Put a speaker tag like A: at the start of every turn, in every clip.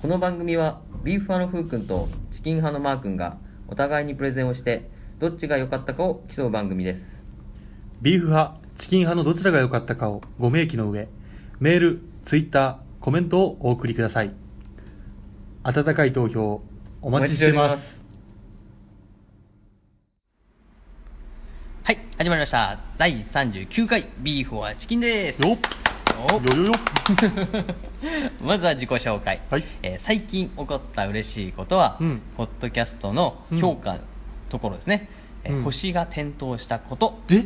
A: この番組はビーフ派のふうくんとチキン派のマーくんがお互いにプレゼンをしてどっちが良かったかを競う番組です
B: ビーフ派、チキン派のどちらが良かったかをご明記の上、メール、ツイッター、コメントをお送りください。温かい投票、お待ちしています。
C: はい、始まりました。第39回、ビーフォアチキンです。
B: よ
C: お
B: っよよよ
C: まずは自己紹介、
B: はい
C: えー最近起こった嬉しいことは、
B: うん
C: ポッドキャストの評価のところですね、えー
B: うん
C: 星が点灯したこと、
B: え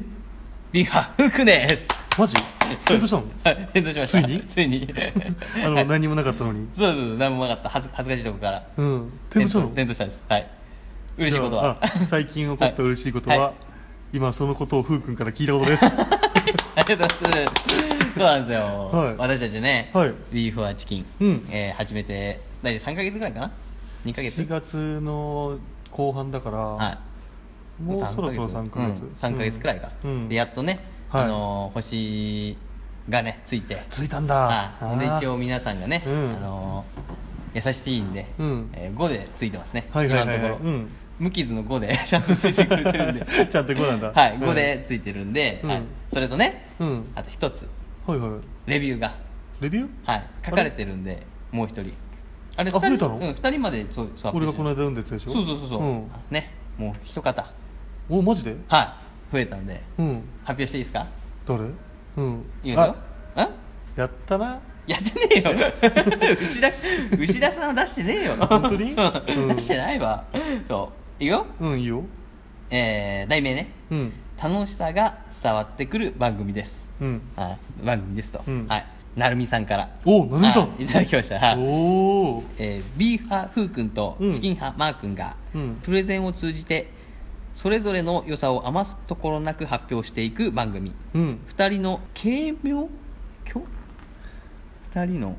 C: ビーファーフクです。
B: マジどうしたの
C: はい点灯しました。
B: ついに。
C: ついに
B: あの
C: はい
B: 何にもなかったのに
C: そうそうそう、何もなかった。恥ず恥ずかしいとこから。
B: うん点灯したの
C: 点灯したんです。はい。嬉しいことは
B: じゃああ。最近起こった嬉しいことは、
C: は
B: 今そのことをふうくんから聞いたこと です
C: ありがとうございます。そうなんですよ。
B: はい
C: 私たちね、
B: はい
C: ビーフはチキン、
B: うん
C: えー始めて、大体3ヶ月ぐらいかな ?2 ヶ月
B: 4月の後半だから、
C: はい。
B: もう
C: 3
B: そろそろ3ヶ月、
C: うん3ヶ月くらいか。
B: うん
C: で、やっとね、
B: はい
C: あのー星がね、ついて。
B: ついたんだ
C: はい
B: あー
C: で、一応皆さんがね、
B: うん
C: あのー優しいんで、
B: うん
C: えー5でついてますね、
B: はいはいはいはい
C: 今のところ、
B: うん
C: 無傷の5で ちゃんとついてくれてるんで
B: ちゃんと5なんだ
C: はい、
B: うん
C: 5でついてるんで、はい
B: うん
C: それとね、
B: うん
C: あと一つ
B: はいはい
C: レビューが、
B: レビュー
C: はい、書かれてるんでもう一人あれ
B: あ増え
C: 二
B: た
C: 人
B: の
C: うん、二人までそうそうアップ
B: 俺が
C: してる
B: この間読んだやつでしょ
C: そうそうそうそう、
B: うん
C: ねもう一方
B: おマジで
C: はい増えたんで、
B: うん
C: 発表していいですか
B: 誰うん
C: 言うよ
B: あ
C: あ
B: やったな
C: やってねえよ 牛田牛田さんは出してねえよ
B: 本当にうん
C: 出してないわそういくよ、
B: うんいいよ
C: えー、題名ね
B: うん
C: 楽しさが伝わってくる番組です
B: うん
C: あ番組ですと、
B: うん
C: はいなるみさんから
B: おなるみさん
C: はいいただきましたはい
B: おお
C: えービーフ派ふうくんと
B: うん
C: チキン派マーくんが
B: うん
C: プレゼンを通じてそれぞれの良さを余すところなく発表していく番組
B: うん
C: 2人の軽妙今2人の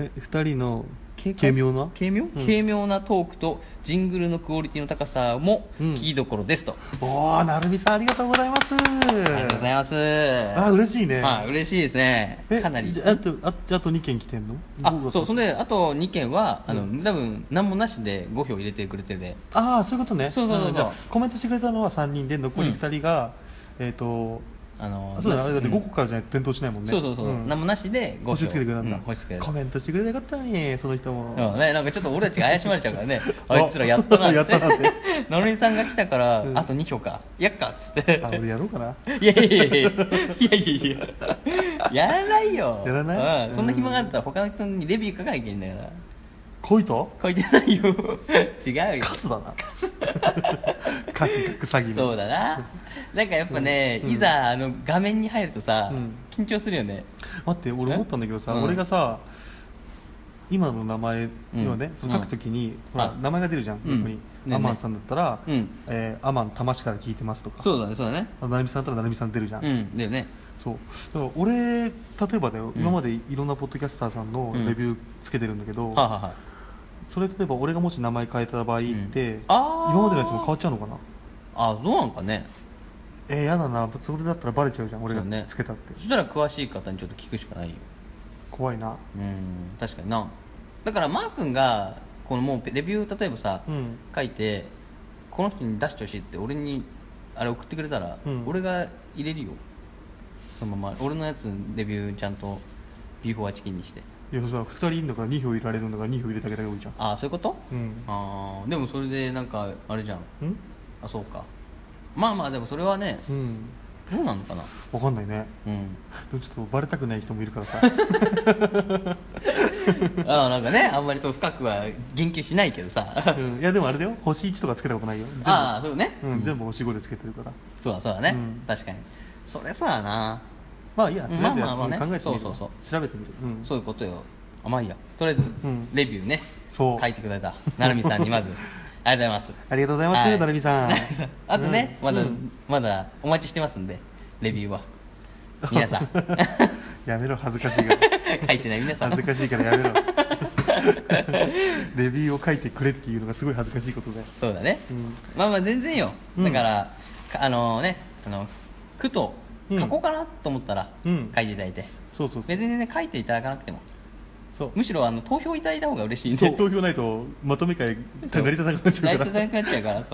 B: え二人の
C: 軽
B: 軽妙な
C: 軽妙、
B: うん
C: 軽妙なトークとジングルのクオリティの高さも
B: うん
C: 聞きどころですと、
B: おおなるみさんありがとうございます
C: ありがとうございます
B: あ嬉しいね
C: はい嬉しいですね
B: え
C: かなり
B: じゃあとあじゃああと2件来てんの
C: あそうそ
B: れ
C: れであと2件はあの、
B: うん
C: 多分何もなしで5票入れてくれてるで
B: ああそういうことね
C: そうそうそうそう
B: あじゃあコメントしてくれたのは3人で残り
C: うん
B: 2人が、えっ、と
C: あの
B: あそうだねあれだって
C: うん
B: 5個からじゃないと点灯しないもんね
C: そうそうそう、何もなしで5票
B: 星つけてくれたんだ、
C: うん星つけてくれた
B: コメントしてくれたかったのにその人も、
C: うんね、なんかちょっと俺たちが怪しまれちゃうからね
B: あ
C: あいつらやったな
B: やっ たなって
C: のりさんが来たから、
B: うん
C: あと2票かやっかっつって
B: あ俺やろうかない
C: やいやいやいやいやいやいややらないよ
B: やらない
C: うん、そんな暇があったら他の人にレビュー書かなきゃいけないんだから
B: こいと
C: 書いてないよ違うよ
B: カスだなカクカク詐欺の
C: そうだななんかやっぱね、
B: うん
C: いざあの画面に入るとさ、
B: うん
C: 緊張するよね
B: 待って俺思ったんだけどさ、
C: えうん
B: 俺がさ今の名前をね、
C: うん
B: その書くときに、ほら
C: あ
B: 名前が出るじゃん、
C: うん
B: 横に
C: ね
B: アマンさんだったら、
C: うん
B: えーアマン魂から聞いてますとか
C: そうだねそうだね
B: あなるみさんだったらなるみさん出るじゃん、
C: うんだよね
B: そうだから俺例えばだよ、
C: うん
B: 今までいろんなポッドキャスターさんの
C: うん
B: レビューつけてるんだけど、
C: はあ、はあはあ
B: それ例えば俺がもし名前変えた場合って、
C: うんあー
B: 今までのやつも変わっちゃうのかな
C: あどうなんかね
B: えー、やだなそれだったらバレちゃうじゃん俺が
C: そうね
B: つけたって、
C: そしたら詳しい方にちょっと聞くしかないよ
B: 怖いな
C: うん確かになだからマー君がこのもうレビュー例えばさ、
B: うん
C: 書いてこの人に出してほしいって俺にあれ送ってくれたら、
B: うん
C: 俺が入れるよそのまま俺のやつレビューちゃんとビーフォアチキンにして
B: いやそしたら2人いるんだから2票入れられるんだから2票入れてあげた方がいいじゃん
C: ああそういうこと、
B: うん
C: ああでもそれでなんかあれじゃん
B: うん
C: あそうかまあまあでもそれはね、
B: うん
C: どうなのかな
B: わかんないね
C: うん
B: でもちょっとバレたくない人もいるか らさ、
C: ああなんかねあんまりそう深くは言及しないけどさ、
B: うん、いやでもあれだよ星1とかつけたことないよ全部
C: ああそうね
B: うん
C: うん
B: 全部星5でつけてるから
C: そうだそうだね、
B: うん
C: 確かにそれそうだな
B: まあいいや
C: まあまあまあね
B: とりえず考えてみる
C: そ
B: わ
C: うそう
B: 調べてみる、うん、
C: そういうことよあまあいいやとりあえず、
B: ん
C: レビューね
B: そう
C: 書いてくれたなるみさんに まずありがとうございます
B: ありがとうございます
C: は
B: なるみさん
C: あとね、
B: うん
C: まだ、
B: うん
C: まだお待ちしてますんでレビュー は皆さん
B: やめろ恥ずかしいから
C: 書いてない皆さん
B: 恥ずかしいからやめ ろレビューを書いてくれっていうのがすごい恥ずかしいことだよ
C: そうだね、
B: うん
C: まあまあ全然よ
B: うん
C: だから、かあのねあの句と
B: うん
C: 書こうかなと思ったら
B: うん
C: 書いていただいて、
B: そうそうそう
C: 別に全然書いていただかなくても
B: そう
C: むしろあの投票いただいた方が嬉しいん
B: そ
C: で
B: う投票ないとまとめ会成り立たなくなっちゃうか
C: 成り立た
B: ら
C: なくなっちゃうから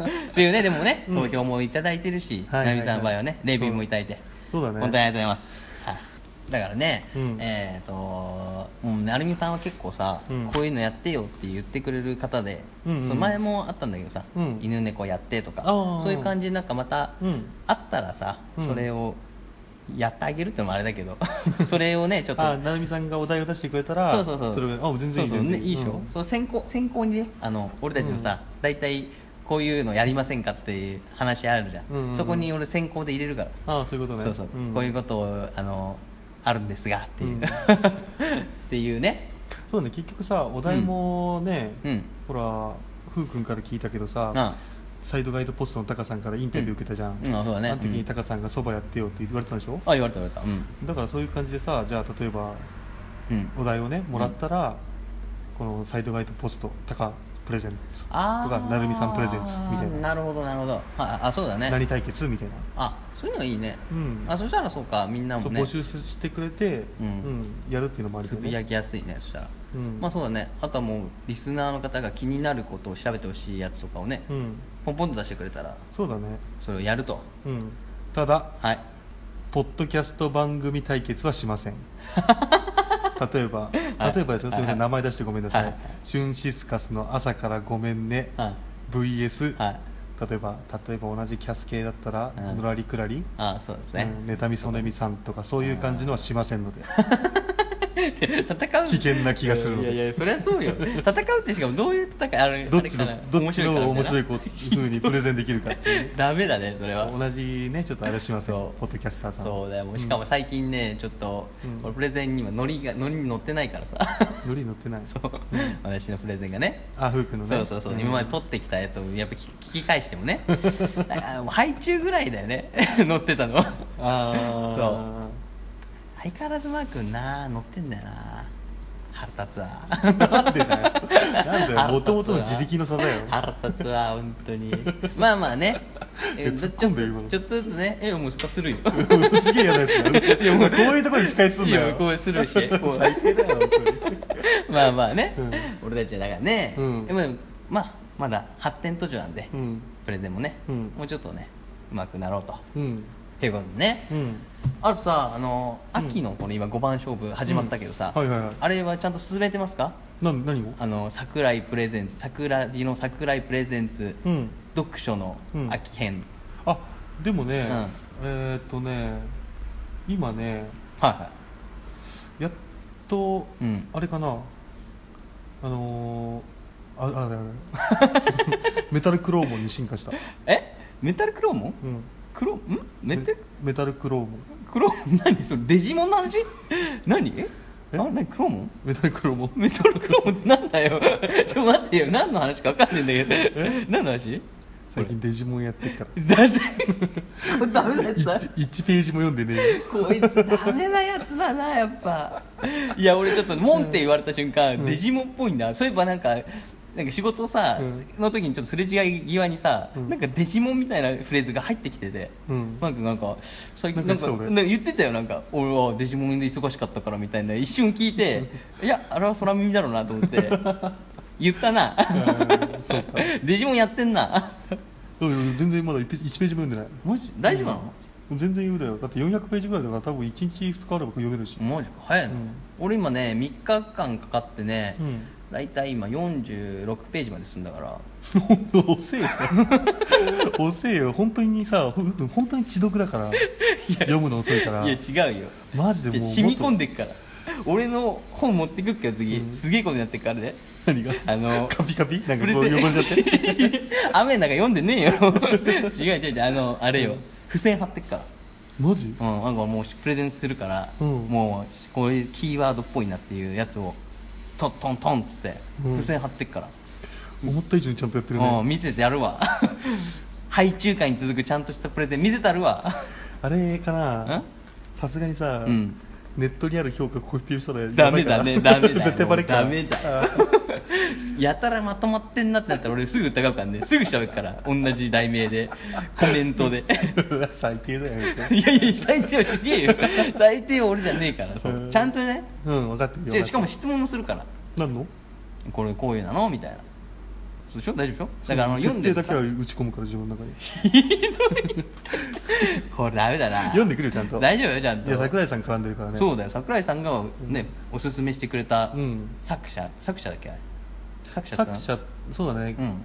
C: そ うっていうねでもね
B: うん
C: 投票もいただいてるし
B: はいはいはい
C: ナミさんの場合はねレビューもいただいて
B: そうだね
C: 本当にありがとうございますはいだからね、
B: うん
C: えっ、ともう成美さんは結構さ、
B: うん
C: こういうのやってよって言ってくれる方で、
B: うんう
C: そ
B: ん
C: の前もあったんだけどさ、
B: うん
C: 犬猫やってとか
B: あー
C: そういう感じでなんかまた、
B: うん
C: あったらさ
B: うん
C: それをやってあげるってのもあれだけど それをねちょっと
B: あななみさんがお題を出してくれたら
C: そうそうそう。
B: れがあ全然いい
C: そうそうねいいでし
B: う
C: ょ
B: ん。
C: そう先行先行にねあの俺たちもさ大体こういうのやりませんかっていう話あるじゃ
B: うんうんうん
C: ん。そこに俺先行で入れるから。
B: あそういうことね
C: そうそう
B: うん。
C: こういうことをあのあるんですがっていううん っていうね。
B: そうね結局さお題もね、
C: うん
B: ほらふうくんから聞いたけどさ、
C: あ
B: サイドガイドポストのタカさんからインタビュー受けたじゃん、
C: うんうんそうだね
B: あの時
C: う
B: に
C: ん
B: タカさんがそばやってよって言われたでしょ、
C: あ言われた言われた。うん。
B: だからそういう感じでさじゃあ例えば
C: うん。
B: お題をねもらったら、このサイドガイドポストタカプレゼンツと
C: あー
B: かなるみさんプレゼンツみたいな
C: なるほどなるほど。ああそうだね。
B: 何対決みたいな
C: あそういうのいいね。
B: うん
C: あそしたらそうかみんな
B: そ
C: も
B: う
C: ね。
B: 募集してくれて、
C: うん
B: うんやるっていうのもあり
C: つ
B: だよ
C: ぶ
B: ね
C: やきやすいねそしたら、
B: うん
C: まあそうだねあとはもうリスナーの方が気になることを調べてほしいやつとかをね、
B: うん
C: ポンポンと出してくれたら
B: そうだね
C: それをやると
B: うんただ
C: はい
B: ポッドキャスト番組対決はし ません例えば
C: はい
B: 例えばですね、
C: はい
B: すみませ
C: はい
B: ん名前出してごめんなさい、
C: はいはい
B: シュンシスカスの朝からごめんね、
C: はい
B: VS、
C: はい
B: 例えば例えば同じキャス系だったら、
C: うん
B: のらりくらり
C: あそうですね、
B: うん妬みそねみさんとかそういう感じのはしませんので
C: 戦う
B: 危険な気がするの
C: い
B: で
C: やいやいやそりゃそうよ戦うってしかもどういう戦いあれ
B: どっち
C: あれかな
B: のどっちの面白い
C: か
B: こ
C: ら
B: う風にプレゼンできるかってい う
C: ダメだねそれは
B: 同じねちょっとあれしません
C: そう
B: ポッドキャスターさん
C: そうだよもうしかも最近ね、ちょっと、
B: うん
C: 俺プレゼンにはノリがノリに乗ってないからさ
B: ノリに乗ってない
C: そう、
B: うん
C: 私のプレゼンがね
B: あフー君のね
C: そうそうそう、
B: うん
C: 今まで撮ってきたやつをやっぱ聞聞き返しても ねだからもうハイチュウぐらいだよね 乗ってたのそう
B: あ
C: 相変わらずマー君な乗ってんだよな腹立つわ
B: なんでだよなんだよ元々の自力の差だよ
C: 腹立つわ本当にまあまあね
B: い
C: え
B: や
C: ちょ
B: 突っ込んで今の
C: ちょっとずつねえもうすかす るよ
B: ーすげえ嫌なやつだよいやもうこういうところに仕返すんだよ
C: いやこうす るしこう
B: 最低だよ本
C: まあまあね、
B: う
C: 俺たちだからね、
B: うん
C: でもまあまだ発展途上なんで、
B: 当にうん
C: プレゼンもね、
B: うん
C: もうちょっとねうまくなろうと
B: うん
C: っていうことでね、
B: うん
C: あとさあの
B: うん
C: 秋のこの今5番勝負始まったけどさ、
B: うんはいはいはい
C: あれはちゃんと進めてますか
B: なん何を
C: あの桜井プレゼンツ桜木の桜井プレゼンツ、
B: うん
C: 読書の
B: うん
C: 秋編、
B: あでもね、
C: うん
B: えーっとね今ね
C: はいはい
B: やっと、
C: うん
B: あれかなあのー、ああれあれ メタルクローモンに進化した、
C: えメタルクローモン、
B: うん、
C: クロんメタル
B: メタルクローモン
C: クローモン何それデジモンの話何えあ何クローモン
B: メタルクローモン
C: メタルクローモンってなんだよちょっと待ってよ何の話か分かんないんだけ
B: え
C: ど何の話
B: 最近デジモンやってっか
C: だってこれダメなやつ
B: ら
C: だ
B: 1ページも読んでねえ
C: こいつダメなやつだなやっぱいや俺ちょっと「モン」って言われた瞬間、
B: うん
C: デジモンっぽいんだそういえばなんかなんか仕事さ、
B: うん
C: の時にちょっとすれ違い際にさ、
B: うん
C: なんかデジモンみたいなフレーズが入ってきてて、
B: うん
C: なんかなんか最近な
B: な
C: んん
B: か
C: か
B: 言
C: なんか
B: ってた俺
C: 言ってたよなんか俺はデジモンで忙しかったからみたいな一瞬聞いて、いやあれは空耳だろうなと思って 言ったな
B: うんそうか
C: デジモンやってんな
B: うん全然まだ1ページ1ページも読んでない
C: マジ大丈夫なの、
B: 全然読めだよだって400ページぐらいだから多分1日2日あれば読めるし
C: マジか早いな、
B: うん
C: 俺今ね3日間かかってね、
B: うん
C: だいたい今46ページまで進んだから
B: 遅えよ遅えよ本当にさふ本当に知読だから読むの遅いか
C: い
B: ら
C: や違うよ
B: マジでもう
C: いや染み込んでっから俺の本持ってくっけど次、
B: うん
C: すげえことになってっからね
B: 何が
C: あ の
B: カピカピなん
C: プレ
B: か
C: ゼン
B: こう汚れちゃって
C: 雨の中読んでねえよ違う違う違うあのあれよ付箋貼ってっから
B: マジ
C: うん、なんかもうプレゼンするから、
B: うん
C: もうこういうキーワードっぽいなっていうやつをトントントンっつって
B: うん
C: 付箋貼ってっから、
B: 思った以上にちゃんとやってるね
C: うん見せてやるわ 配中会に続くちゃんとしたプレゼン見せたるわ
B: あれか
C: ん
B: なさすがにさ、
C: うん
B: ネットにある評価コピペしたらやばい
C: ダメ
B: から
C: だね、ダ メだよ。
B: 絶対バレっから
C: ダメだ
B: あ
C: よ。やたらまとまってんなってなったら俺すぐ疑うから ね、すぐ喋るから、同じ題名で、コメントで。
B: ー 最低だよめっちゃ
C: いやいや、最低はしねえよ。最低は俺じゃねえから、そううちゃんとね。
B: うん分かってるよ
C: でしかも質問もするから、
B: 何の
C: これこういうなのみたいな。そうでしょ大丈夫でしょだからあの読んで
B: 設定だけは打ち込むから自分の中に
C: これダメだな。
B: 読んでくるよちゃんと
C: 大丈夫よ、ちゃんと。
B: いや桜井さん絡んでるからね
C: そうだよ、桜井さんがね、おすすめしてくれた
B: うん
C: 作者、作者だっけあれ作者って
B: 作
C: な
B: 者そうだね、
C: うん。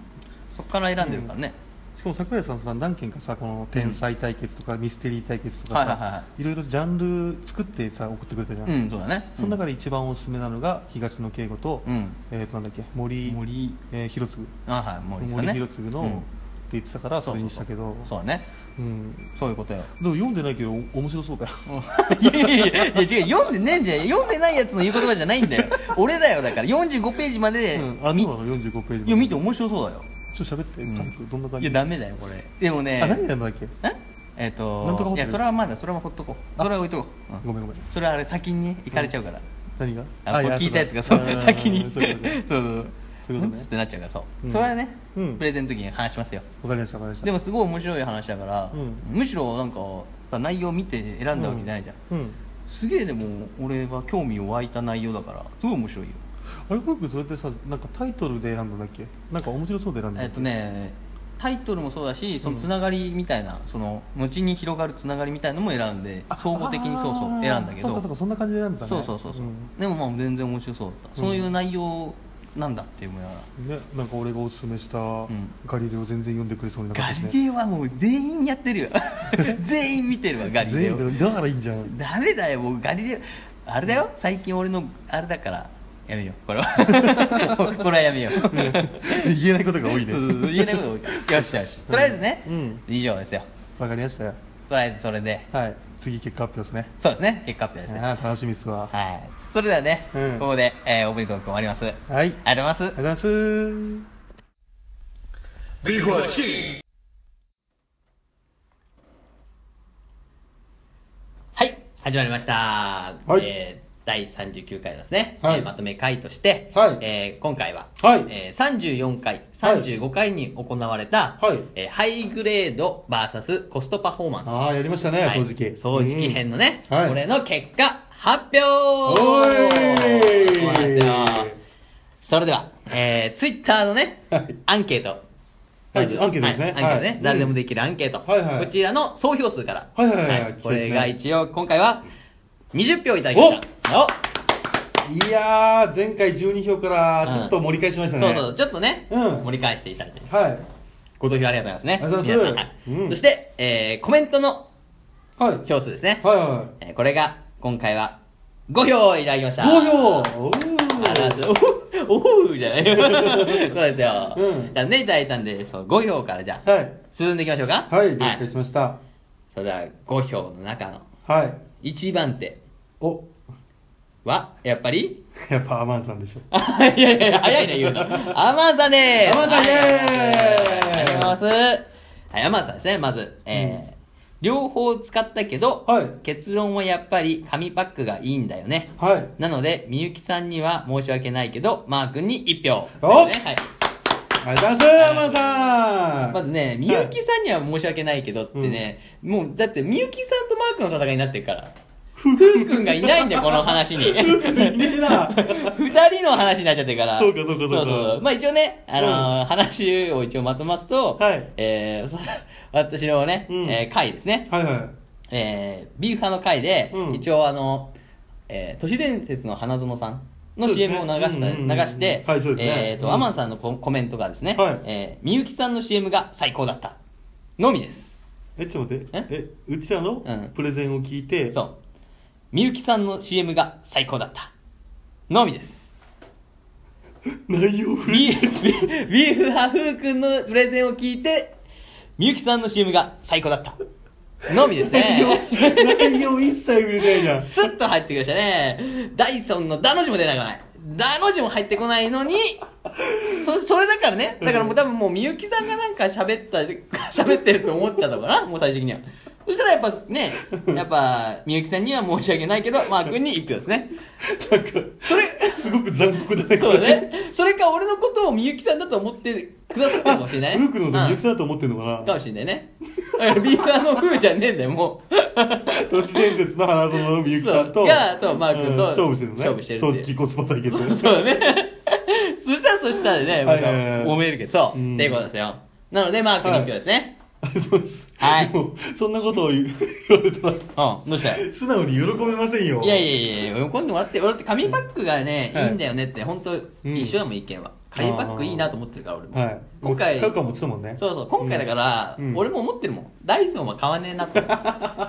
C: そっから選んでるからね。
B: しかも桜井さんさ何件かさこの天才対決とかミステリー対決とかさ、
C: はいはいはいはい
B: ろいろジャンル作ってさ送ってくれたじゃん、
C: うん、そうだね。
B: その中で一番おすすめなのが東野圭吾と、
C: うん
B: えーとなんだっけ森
C: 森
B: えー広次
C: あはい森さんね
B: 広次の、
C: うん
B: って言ってたから
C: そ
B: そ
C: そう
B: う
C: そう
B: れにしたけど
C: そうだね。
B: うん、
C: そういうことよ。
B: でも読んでないけどお面白そうだよ
C: いやいやいやいや違う読んでねえんだよ読んでないやつの言う言葉じゃないんだよ俺だよだから45ページまで、
B: うん、あ
C: み
B: そうなの45ページまで
C: いや見て面白そうだよ
B: ちょっと喋って、
C: うん
B: 軽くどんな感じ
C: いやダメだよこれでもね
B: あ何やんだっけ
C: ええっ、と
B: なんとかホテ
C: い
B: ル
C: やそれはまだそれはほっとこうそれは置いとこう、
B: ごめんごめん
C: それはあれ先にね行かれちゃうから、
B: 何が
C: あこれ
B: や
C: 聞いたやつがそ
B: そう
C: う
B: だ
C: だよ
B: あー
C: 先に
B: そういうことね
C: そうそう
B: そういうことね
C: んってなっちゃうからそう、
B: うん
C: それはね、
B: うん
C: プレゼンの時に話しますよ
B: わかりましたわかりました
C: でもすごい面白い話だから、
B: うん
C: むしろなんかさ内容見て選んだわけじゃないじゃん、
B: うんうん
C: すげえでも俺は興味を湧いた内容だからすごい面白いよ
B: あれコックそれってさなんかタイトルで選んだんだっけなんか面白そうで選んだん
C: え
B: だ
C: っ
B: け
C: とねタイトルもそうだしそ
B: うん
C: のつながりみたいな、その後に広がるつながりみたいのも選んで
B: あ
C: 総合的にそうそう
B: あー
C: 選んだけど
B: そうかそうかそんな感じで選んだね
C: そうそうそうそう、
B: うん
C: でもまあ全然面白そうだった、
B: うん
C: そういう内容なんだって思いながら
B: ねなんか俺がおすすめした
C: ん
B: ガリレオ全然読んでくれそうになか
C: ガ
B: った
C: リ
B: しね
C: レオはもう全員や ってるよ全員見てるわガリレオ
B: 全員だからいいんじ ゃん
C: ダメだよもうガリレオあれだよ最近俺のあれだからやめようこれ はこれはやめよう
B: 言えないことが多いね
C: そうそうそう言えないことが多いからよしよしとりあえずね、
B: うん
C: 以上ですよ
B: わかりましたよ
C: とりあえずそれで
B: はい次結果発表ですね
C: そうですね結果発表ですね
B: あー楽しみっすわ
C: はいそれではね、
B: うん
C: ここで、えー、オープニングトーク終わりますはい
B: はい
C: ありがとうございます
B: ありがとう
C: はい、始まりました。
B: はい
C: えー第39回ですね、
B: はい
C: えーまとめ会として、
B: はい
C: えー今回は、
B: はい
C: えー34回、
B: はい
C: 35回に行われた、
B: はい
C: えーハイグレード VS コストパフォーマンス。
B: ああやりましたね
C: はい
B: 掃除機
C: 掃除機編のね、
B: うんはい
C: これの結果発表
B: おい
C: そうなんですよそれでは、えー、ツイッターのね、
B: はい
C: アンケート。
B: はいアンケートですね
C: はいアンケートね、
B: はい
C: 誰でもできるアンケート、
B: はいはい
C: こちらの総票数から、
B: はいはいはいはい
C: これが一応今回は20票いただきましたお
B: いやー前回12票からちょっと
C: うん
B: 盛り返しましたね、
C: そうそうちょっとね、
B: うん
C: 盛り返していただいて
B: はい
C: ご投票ありがとうございますね
B: ありがとうございます
C: 皆さんはい
B: うん
C: そして、えーコメントの
B: はい
C: 票数ですね、
B: はいは
C: えーこれが今回は5票いただきまし
B: い
C: た
B: 5票おー
C: あらおおうじゃないそうですよ、
B: うん
C: じゃあねいただいたんでそう5票からじゃあ、
B: はい
C: 進んでいきましょうか
B: はい了解しました
C: それでは5票の中の
B: はい
C: 1番手
B: お
C: はやっぱり
B: やっぱアマンさんでしょ
C: あいやいやいや早いね言うのアマンさんでーす
B: アマンさんイエーイ
C: はいありがとうございますはいアマンさんですねまず、えー両方使ったけど、
B: はい
C: 結論はやっぱり紙パックがいいんだよね
B: はい
C: なのでみゆきさんには申し訳ないけどマー君に1票
B: お
C: ですねはい
B: ありがとうございますアマンさん
C: まずね、みゆきさんには申し訳ないけどってね、もう、だってみゆきさんとマー君の戦いになってるから。ふうくんがいないん だよ、この話に。
B: ふうくんいねえ な
C: 二人の話になっちゃってるから。
B: そうかそうかそうか
C: まあ一応ね、あのー話を一応まとますと、
B: はい
C: えー そ私のね、
B: うん
C: えー会ですね。
B: はいはい
C: えービーフ派の回で、
B: うん
C: 一応あの、えー都市伝説の花園さんの
B: そうですね
C: CM を流した、
B: うんうんうん
C: 流して、
B: はいそうですね
C: えーと、
B: うん
C: アマンさんのココメントがですね、
B: はい
C: えーみゆきさんの CM が最高だった。のみです。
B: えちょっと待って
C: え
B: えうちらの
C: うん
B: プレゼンを聞いて、
C: そう。みゆきさんの CM が最高だった。のみです。
B: 内容古
C: ビ
B: い
C: ービーフ派風くんのプレゼンを聞いて、みゆきさんの CM が最高だった。のみですね。
B: 内 容内容一切売れないじゃん
C: スッと入ってきましたね。ダイソンのダの字も出なくない。ダの字も入ってこないのに、そそれだからね、だからもう多分もうみゆきさんがなんか喋った、喋ってると思っちゃったから、もう最終的には。そしたらやっぱね、やっぱ、みゆきさんには申し訳ないけど、マー君に1票ですね。
B: なんか、それ、すごく残酷だね、
C: そ
B: こ
C: う
B: れ
C: だ ね。それか俺のことをみゆきさんだと思ってくださってるかもしれないね。
B: ルークのこと、ミクさんだと思ってんのか
C: うんか
B: な
C: もしれないね。だからビーファーの風じゃねえんだよ、も う。
B: 都市伝説の花園のみゆきさん
C: そ
B: と、
C: うがそうマー君と
B: うん勝負してるのね。
C: 勝負してるっていう
B: 長期コスパ対決。
C: そうだね。そしたらそしたらね、
B: はいはいはいはい
C: もう揉めるけど、そう、
B: うん
C: っていうことですよ。なので、マークに行くようですね。
B: そうです。
C: はい
B: もうそんなことを言う言われたら、
C: うん、どうしたい
B: 素直に喜べませんよ。
C: やいやいや、喜んでもらって、俺って紙パックがね、
B: はい
C: い、いんだよねって、本当
B: ん
C: 一緒だもん、意見は。紙パックいいなと思ってるから、俺も。
B: はい。
C: 今回、
B: 買うかもってたもんね。
C: そうそう、今回だから、
B: うん
C: 俺も思ってるもん。ダイソンは買わねえ なと。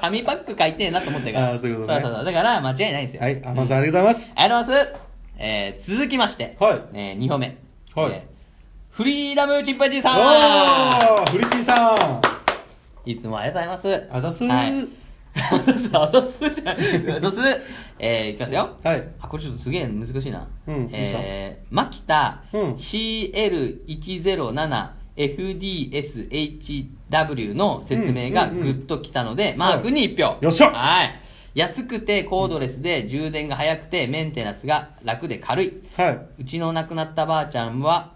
C: 紙パック買いてえなと思ってるから。
B: あーそういうこと
C: そ
B: ね
C: うそうそうだから、間違いないんですよ。
B: はい、アマさんありがとうございます。
C: ありがとうございます。えー続きまして、
B: はい
C: え2本目、
B: はい
C: えーフリーダムチンパンジーさ
B: おー、
C: ん
B: フリチンさ
C: いつもありがとうございます。
B: あざすー
C: はいあざす、あざすじゃないあざす。えーいきますよ。
B: ん。はい。
C: あ、これちょっとすげえ難しいな。
B: うん
C: えー、マキタ
B: うん
C: CL107FDSHW の説明が
B: うんうん
C: グ
B: うん
C: ッときたので、マークに1票。
B: よっしゃ
C: はい。安くてコードレスで充電が早くてメンテナンスが楽で軽い。
B: はい。
C: うちの亡くなったばあちゃんは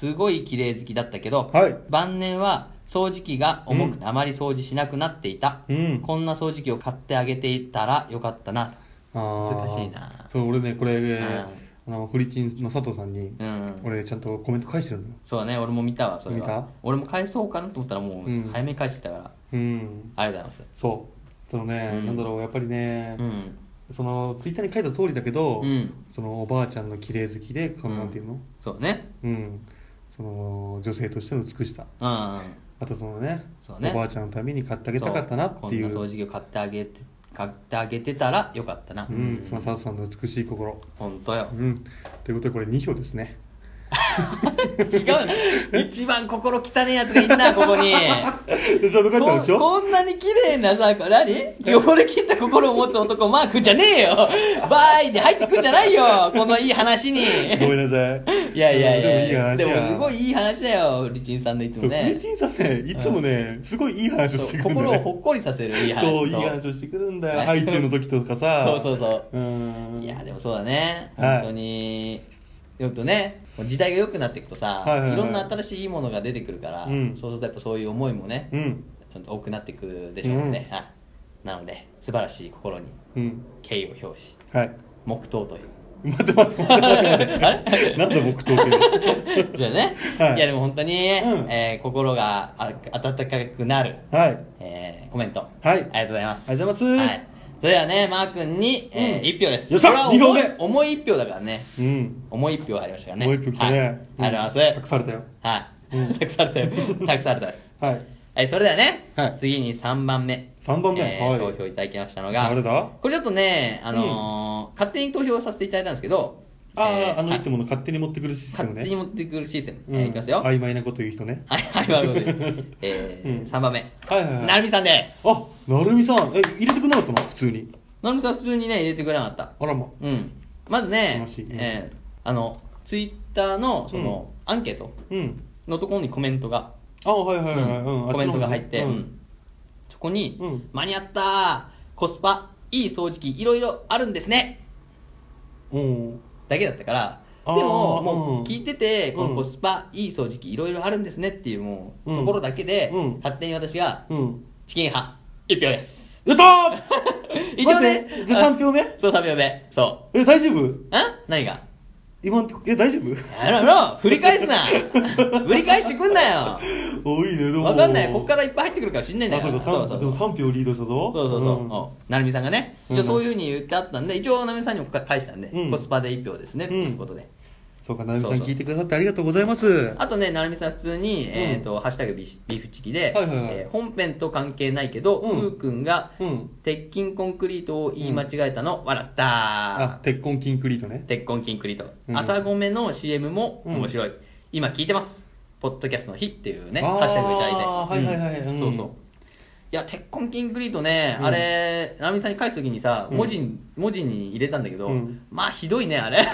C: すごい綺麗好きだったけど、
B: はい
C: 晩年は掃除機が重くて
B: うん
C: あまり掃除しなくなっていた、
B: うん
C: こんな掃除機を買ってあげていたらよかったな
B: あー
C: 難しいな
B: そう、俺ね、これ、
C: ん
B: あの、フリチンの佐藤さんに、
C: うん
B: 俺ちゃんとコメント返してるのよ。
C: そうだね俺も見たわそれは
B: 見た
C: 俺も返そうかなと思ったらも
B: うん
C: う早めに返してたから、
B: うん。
C: ありがとうござい
B: そう。そのね、
C: うん
B: なんだろう、やっぱりね、
C: ますうん
B: その、ツイッターに書いた通りだけど、
C: うん
B: その、おばあちゃんの綺麗好きで、このなんていうの、
C: そうね
B: うん、その、女性としての美しさ。
C: うん
B: あとそのね
C: そうね
B: おばあちゃんのために買ってあげたかったなっていう。
C: そこんな掃除機を買ってあげて買ってあげてたらよかったな
B: うん、その佐藤さんの美しい心。
C: 本当よ
B: う、ん。ということで、これ2票ですね。
C: 違う な一番心汚いやつがいんなここに
B: でちゃんと書いてあるでしょ
C: こんなに綺麗なさ、何汚れ切った心を持つ男、マークじゃねえよバーイで入ってくんじゃないよこのいい話に
B: ごめんなさい。
C: いやいやいや
B: でもいい話や
C: すごいいい話だよ、リチンさんのいつ
B: そ
C: も
B: う、
C: ね。
B: 嬉しいさんね、いつもね、すごいいい話をしてくるんだ
C: 心を
B: よ、ね。
C: ほっこりさせるいい話
B: そう、いい話をしてくるんだよ。ハイチュウの時とかさ。
C: そうそうそう
B: うん。
C: いや、でもそうだね。
B: はい
C: 本当に。よくね、時代が良くなっていくとさ、
B: はい
C: い
B: はいはい
C: ろんな新しいいいものが出てくるから、
B: うん
C: そうするとやっぱそういう思いもね、
B: うん。
C: ちょっと多くなってくるでしょうね。
B: うん
C: はいなので、素晴らしい心に
B: うん。
C: 敬意を表し、
B: はい。
C: 黙祷と いう。
B: 待ってます。待って待って
C: あれ
B: なんで僕と受ける
C: じゃあね、
B: はい
C: い、やでも本当に、
B: ん
C: えー心があ温かくなる、
B: はい。
C: えーコメント、
B: い
C: ありがとうございます。
B: ありがとうございます
C: はい、それではね、マー君に、え
B: うん
C: 1票です。
B: よっしゃ
C: これは
B: 二票
C: 重
B: 目
C: い重い1票だからね、
B: うん。
C: 重い1票入りましたからね。
B: もう一票来たね。
C: はい
B: うん
C: ありがとうございま
B: 託
C: す。
B: されたよ。
C: はい、
B: うん
C: 託さ れたよ。 託されたよ。
B: はい。
C: はい、それではね、
B: はい
C: 次に3番目。
B: 三番目
C: えー
B: はい
C: 投票いただきましたのが。
B: 誰だ
C: これちょっとね、あのー勝手に投票させていただいたんですけど、
B: ああ、
C: えー
B: あの、いつもの
C: は
B: 勝手に持ってくるシステム
C: 勝
B: ね。
C: 手に持ってくるシステム。
B: うん
C: えーいきますよ。
B: 曖昧なこと言う人ね。
C: はい、はい、わかりましたえー
B: うん
C: 3番目。
B: はいはいはい
C: なるみさんで
B: あ、なるみさん。え、入れてくれなかったの普通に。
C: す。なるみさん普通にね、入れてくれなかった。
B: あらま。
C: うん。まずね
B: 楽しい、うん
C: えーあの、ツイッターの、その、アンケート
B: うん。
C: のところにコメントが、
B: あ、はいはいはい。
C: うん
B: うん、
C: コメントが入って、
B: う
C: うんんそこに、
B: うん
C: 間に合ったーコスパ、いい掃除機、いろいろあるんですね
B: うん。
C: だけだったから、で
B: あー
C: も、
B: う
C: も
B: ん
C: う聞いてて、こ
B: うん
C: のコスパ、いい掃除機、いろいろあるんですねっていう、もう、
B: うん
C: ところだけで、
B: うん
C: 勝手に私が、
B: うん。
C: チキン派、1票 です。
B: やったー
C: 一応ね
B: 待っ、てじゃあ3票目
C: あそう、3票目。そ
B: え、大丈夫
C: う。あ何が
B: 今のとこ、え、大丈夫
C: やろうやろう振り返すな振り返してくんなよ
B: おいいね、でも。
C: わかんない、こっからいっぱい入ってくるかもしんないんだ
B: あ、
C: か
B: そう
C: ら。
B: か、三でも3票リードしたぞ。
C: そうそうそう、なるみさんがね、
B: うん
C: 一応そういうふうに言ってあったんで、一応、なるみさんにも返したんで、
B: うん
C: コスパで1票ですね、ということで、
B: んそうか、なるみさ
C: そ
B: ん
C: うそう
B: 聞いてくださってありがとうございます。
C: あとね、なるみさん、普通に、えーとハッシュタグビシビーフチキで、
B: はいはいはい
C: えー本編と関係ないけど、
B: うん
C: ふうくんが、
B: うん
C: 鉄筋コンクリートを言い間違えたの、笑った
B: あ、鉄痕キンクリートね。
C: 鉄痕キンクリート、
B: うん
C: 朝米の CM も面白い、今聞いてますポッドキャストの日っていうね
B: あー
C: ハッシュタグいただいて
B: はいはいはい
C: うん
B: うん
C: そうそういや鉄痕キンクリートね、
B: うん
C: あれナミさんに返す時にさ
B: うん
C: 文字に文字に入れたんだけど、
B: うん
C: まあひどいねあ れ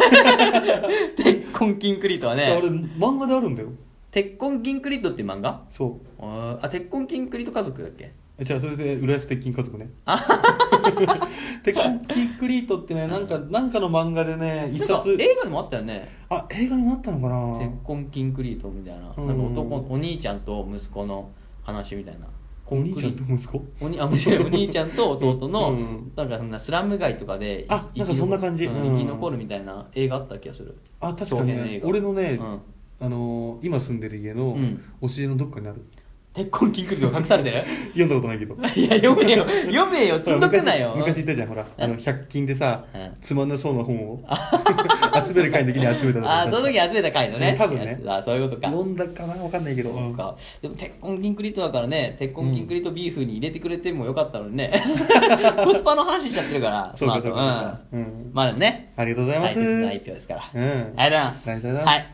C: 鉄痕キンクリートは
B: あ
C: ね
B: れ、漫画であるんだよ。
C: 鉄痕キンクリートっていう漫画
B: そう。
C: あーあ鉄痕キンクリート家族だっけ
B: えじゃあそれで浦安鉄筋家族ね
C: あ
B: 鉄筋クリートってねなんかなんかの漫画でね一
C: なんか
B: 冊
C: 映画にもあったよね
B: あ映画にもあったのか
C: 「鉄
B: な
C: 痕キンクリート」みたいななんか
B: うん
C: 男お兄ちゃんと息子の話みたいな
B: お兄ちゃんと息子
C: おにあ間違えお兄ちゃんと弟の、
B: うん
C: なんかそんなスラム街とかで
B: あ
C: 生き
B: なんかそんな感じ
C: う
B: うん
C: 生き残るみたいな映画あった気がする
B: あ確か
C: 長編の映
B: ね
C: 画
B: 俺のね、
C: うん
B: あのー今住んでる家の
C: うん
B: お尻のどっかにある、
C: 鉄痕キンクリート隠されてる
B: 読んだことないけど
C: いや読めよ 読めよつんどくなよ
B: 昔昔言ったじゃんほらあの100均でさ、
C: うん
B: つまんなそうな本 を集める回の時に集めた
C: あーその時集めた回のね
B: 多分ね
C: あーそういうことか
B: 読んだかなわかんないけど
C: そうかでも鉄痕キンクリートだからね鉄痕キンクリートビーフに入れてくれてもよかったのにね、 コスパの話しちゃってるから
B: そうか
C: そ
B: そう
C: の
B: か
C: 後
B: そ
C: ん
B: ううかうん
C: まあでもね
B: ありがとうございます
C: 大切な一票ですから、
B: うん
C: ありがとうございます
B: ありがとうございます
C: はい、